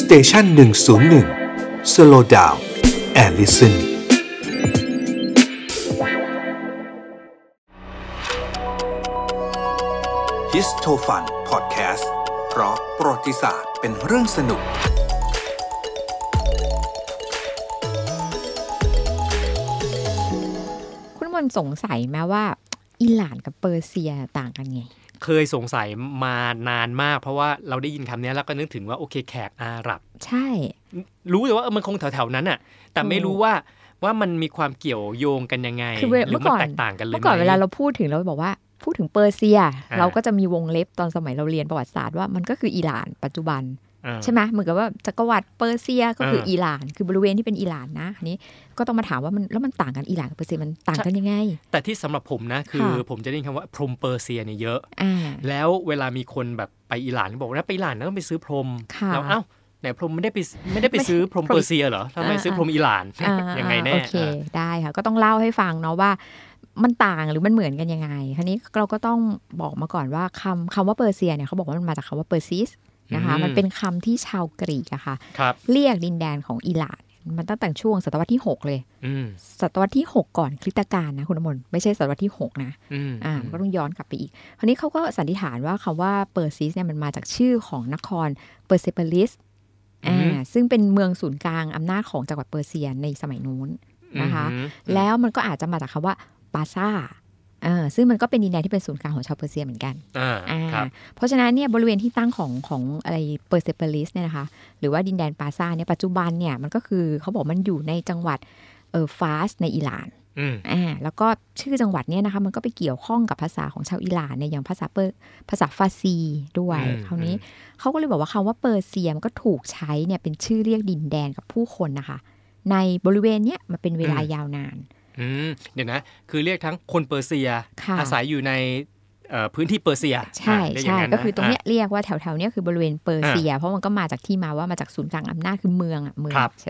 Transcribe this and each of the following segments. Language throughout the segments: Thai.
สเตชันหนึ่งศูนย์หนึ่งสโลดาวแอลลิสัน ฮิสโทฟันพอดแคสต์เพราะประวัติศาสตร์เป็นเรื่องสนุก คุณมนต์สงสัยไหมว่า อิหร่านกับเปอร์เซียต่างกันไง เคยสงสัยมานานมาก เพราะว่าเราได้ยินคำนี้แล้วก็นึกถึงว่าโอเคแขกอาหรับ ใช่ รู้แต่ว่าเออมันคงแถวๆนั้นน่ะ แต่ไม่รู้ว่าว่ามันมีความเกี่ยวโยงกันยังไง คือเวลา หรื เมื่อก่ มั อน แตกต่างกันเลย เมื่อก่อน ไห เวลาเราพูดถึงเราบอกว่า พูดถึงเปอร์เซีย อ่า เราก็จะมีวงเล็บตอนสมัยเราเรียนประวัติศาสตร์ว่ามันก็คืออิหร่านปัจจุบัน อ่า ใช่ไหมเหมือนกับว่าจักรวรรดิเปอร์เซียก็คือ เอออิ อิหร่าน คือบริเวณที่เป็นอิหร่านนะอันนี้ก็ต้องมาถามว่ามันแล้วมันต่างกันอิหร่านกับเปอร์เซียมันต่างกันยังไง แต่ที่สำหรับผมนะ คือ ค่ะ ผมจะได้ยินคำว่าพรมเปอร์เซียเนี่ยเยอะ อ่า แล้วเวลามีคนแบบไปอิหร่านก็บอกว่าไปอิหร่านนะต้องไปซื้อพรม ค่ะ แล้วเอ้าไหนพรมไม่ได้ไปไม่ได้ไป ไม่ ซื้อพรม พรม เปอร์เซียเหรอทำไม อ่า ซื้อ อ่า พรมอิหร่าน อ่า ยังไงแน่ โอเค อ่า ได้ค่ะ ก็ต้องเล่าให้ฟังเนาะว่า มันต่างหรือมันเหมือนกันยังไงคราวนี้เราก็ต้องบอกมาก่อนว่าคำคำว่าเปอร์เซียเนี่ยเขาบอกว่ามันมาจากคำว่าเปอร์ซิสนะคะ อืม มันเป็นคำที่ชาวกรีกอะค่ะ ครับ เรียกดินแดนของอิหร่าน มันตั้งแต่ช่วงศตวรรษที่ 6 เลย อืม ศตวรรษที่ 6 ก่อนคริสตกาลนะคุณอมลไม่ใช่ศตวรรษที่ 6 นะ อืม อ่าก็ต้องย้อนกลับไปอีก คราวนี้เขาก็สันนิษฐานว่าคำว่าเปอร์ซิสเนี่ยมันมาจากชื่อของนครเปอร์เซเปลิสอ่าซึ่งเป็นเมืองศูนย์กลางอำนาจของจักรวรรดิเปอร์เซียในสมัยนู้น นะคะ อืม แล้วมันก็อาจจะมาจากคำว่าปาซาเออซึ่งมันก็เป็นดินแดนที่เป็นศูนย์กลางของชาวเปอร์เซียเหมือนกัน อ่า อ่า ครับ เพราะฉะนั้นเนี่ยบริเวณที่ตั้งของของอะไรเปอร์เซเปลิสเนี่ยนะคะ หรือว่าดินแดนปาซาเนี่ยปัจจุบันเนี่ยมันก็คือเขาบอกมันอยู่ในจังหวัดเออฟาสในอิหร่าน อืม อ่าแล้วก็ชื่อจังหวัดเนี่ยนะคะมันก็ไปเกี่ยวข้องกับภาษาของชาวอิหร่านเนี่ยอย่างภาษาเปอร์ภาษาฟาซีด้วย อืม คราวนี้เขาก็เลยบอกว่าคำว่าเปอร์เซียมันก็ถูกใช้เนี่ยเป็นชื่อเรียกดินแดนกับผู้คนนะคะ ในบริเวณเนี้ยมันเป็นเวลายาวนาน อืมเดี๋ยวนะ คือเรียกทั้งคนเปอร์เซีย ค่ะ อาศัยอยู่ในเอ่อพื้นที่เปอร์เซีย ใช่ อ่ะเรียกย่า ใช่ งนั้นะ ก็คือตรงเนี้ยเรียกว่าแถวๆเนี้ยคือบริเวณเปอร์เซีย เพราะมันก็มาจากที่มาว่ามาจากศูนย์กลางอำนาจคือเมืองอ่ะเมือง ครับ เ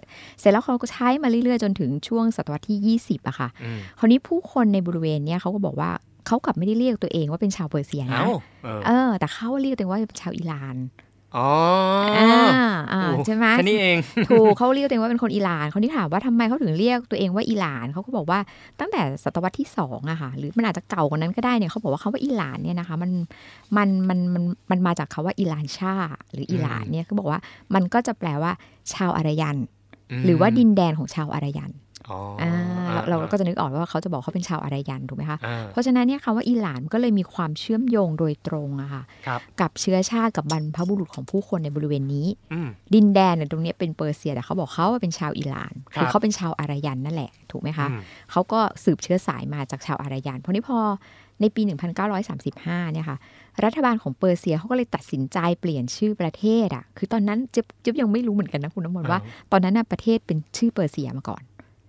สร็จแล้วเขาก็ใช้มาเรื่อยๆ จนถึงช่วงศตวรรษที่ 20อะค่ะ อืม คราวนี้ผู้คนในบริเวณเนี้ยเขาก็บอกว่าเขากลับไม่ได้เรียกตัวเองว่าเป็นชาวเปอร์เซียนะ เอ้าเออ เออ แต่เขาเรียกตัวเองว่าเป็นชาวอิหร่าน อ๋ออ อ่า โอ้ ใช่ไหม แค่นี้เอง ถูกเขาเรียกตัวเองว่าเป็นคนอิหร่านเขาที่ถามว่าทำไมเขาถึงเรียกตัวเองว่าอิหร่านเขาก็บอกว่าตั้งแต่ศตวรรษที่สองอะค่ะหรือมันอาจจะเก่ากว่านั้นก็ได้เนี่ยเขาบอกว่าคำว่าอิหร่านเนี่ยนะคะมันมันมันมันมันมาจากคำว่าอิหร่านชา หรืออิหร่าน อืม เนี่ยเขาบอกว่ามันก็จะแปลว่า ชาวอารยัน หรือว่าดินแดนของชาวอารยัน อ๋อ อ่าเราเราก็ อ่ จะนึกออกว่าเขาจะบอกเขาเป็นชาวอารยันถูกไหมคะ อ่า เพราะฉะนั้นเนี่ยคำว่าอิหร่านมันก็เลยมีความเชื่อมโยงโดยตรงอะค่ะ ครับ กับเชื้อชาติกับบรรพบุรุษของผู้คนในบริเวณนี้ อืม ดินแดนเนี่ยตรงเนี้ยเป็นเปอร์เซียแต่เขาบอกเขาว่าเป็นชาวอิหร่าน ครับ เขาเป็นชาวอารยันนั่นแหละถูกไหมคะ อืม เขาก็สืบเชื้อสายมาจากชาวอารยันเพราะนี่พอในปี 1935เนี่ยค่ะรัฐบาลของเปอร์เซียเขาก็เลยตัดสินใจเปลี่ยนชื่อประเทศอ่ะคือตอนนั้นเจ๊ยบเจ๊ยบยังไม่รู้เหมือนกันนะคุณน้ำมนต์ว่า ตอนนั้นน่ะประเทศเป็นชื่อเปอร์เซียมาก่อน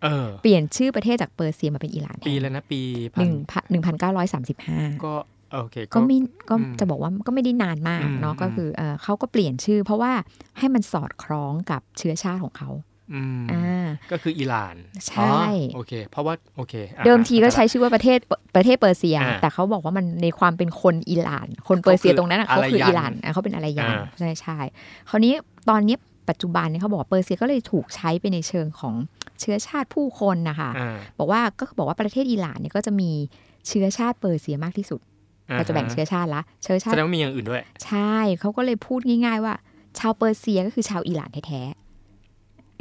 เออ เปลี่ยนชื่อประเทศจากเปอร์เซียมาเป็นอิหร่านแท ปี น แล้วนะ ปี ห พั นึ่งพันหนึ่งพันเก้าร้อยสามสิบห้า ก็โอเค ก็ไม่ก็ อืม จะบอกว่าก็ไม่ได้นานมาก อืม เนาะ อืม ก็คือเอ่อเขาก็เปลี่ยนชื่อ เพราะว่าให้มันสอดคล้องกับเชื้อชาติของเขา อืม อ่า ก็คืออิหร่าน ใช่ อ๋อโอเค เพราะว่าโอเคอ่ะ เดิมทีก็ใช้ชื่อว่าประเทศประเทศเปอร์เซีย อ่า แต่เขาบอกว่ามันในความเป็นคนอิหร่าน คนเปอร์เซียตรงนั้นนะ เขา เขา คื คือ อ อิ อิ ห ห ร่า ร่าน นอ่ะเขาเป็นอะไรอย่าง อ่า ใช่ใช่คราวนี้ตอนนี้ปัจจุบันเนี่ยเขาบอกว่าเปอร์เซียก็เลยถูกใช้ไปในเชิงของเชื้อชาติผู้คนนะคะ อ่า บอกว่าก็บอกว่าประเทศอิหร่านเนี่ยก็จะมีเชื้อชาติเปอร์เซียมากที่สุด อ่ เราจะแบ่งเชื้อชาติละเชื้อชา แส ติ ดงว่ามีอย่างอื่นด้วย ใช่ เขาก็เลยพูดง่ายๆว่า ชาวเปอร์เซียก็คือชาวอิหร่านแท้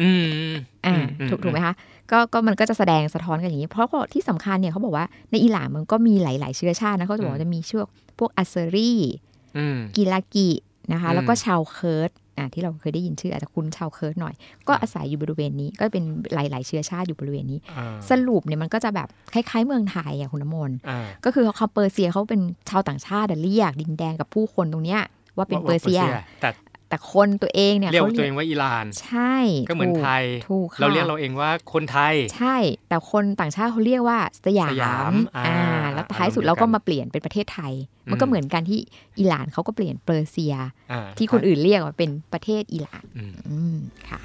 อืม ๆอ่า อือื ถูกถูกไหมคะก็ก็มันก็จะแสดงสะท้อนกันอย่างนี้ เพราะที่สำคัญเนี่ยเขาบอกว่าในอิหร่านมันก็มีหลาย ๆ เชื้อชาตินะเขาจะบอก อืม ว่าจะมีเชือกพวกอัสเซอรี อืม กิลากินะคะ อืม แล้วก็ชาวเคิร์ดอ่าที่เราเคยได้ยินชื่ออาจจะคุ้นชาวเคิร์ดหน่อย ก็อาศัยอยู่บริเวณนี้ก็เป็นหลาย ๆ เชื้อชาติอยู่บริเวณนี้ อ่า สรุปเนี่ยมันก็จะแบบคล้าย ๆ เมืองไทยอ่ะคุณน้ำมนต์ อ่า ก็คือเขาเปอร์เซียเขาเป็นชาวต่างชาติอะเรียกดินแดนกับผู้คนตรงเนี้ยว่าเป็นเปอร์เซีย แต่ แต่คนตัวเองเนี่ย เรียก ขา ตัวเองว่าอิหร่าน ใช่ ก็เหมือน ถู ไทย ถูกค่ะ เราเรียกเราเองว่าคนไทย ใช่ แต่คนต่างชาติเขาเรียกว่าสยาม สยามอ่า อ่าแล้วท้ายสุดเราก็มาเปลี่ยนเป็นประเทศไทย มันก็ อืม เหมือนกันที่อิหร่านเขาก็เปลี่ยนเปอร์เซีย อ่า ที่คนอื่นเรียกว่าเป็นประเทศอิหร่าน อืม อืมค่ะ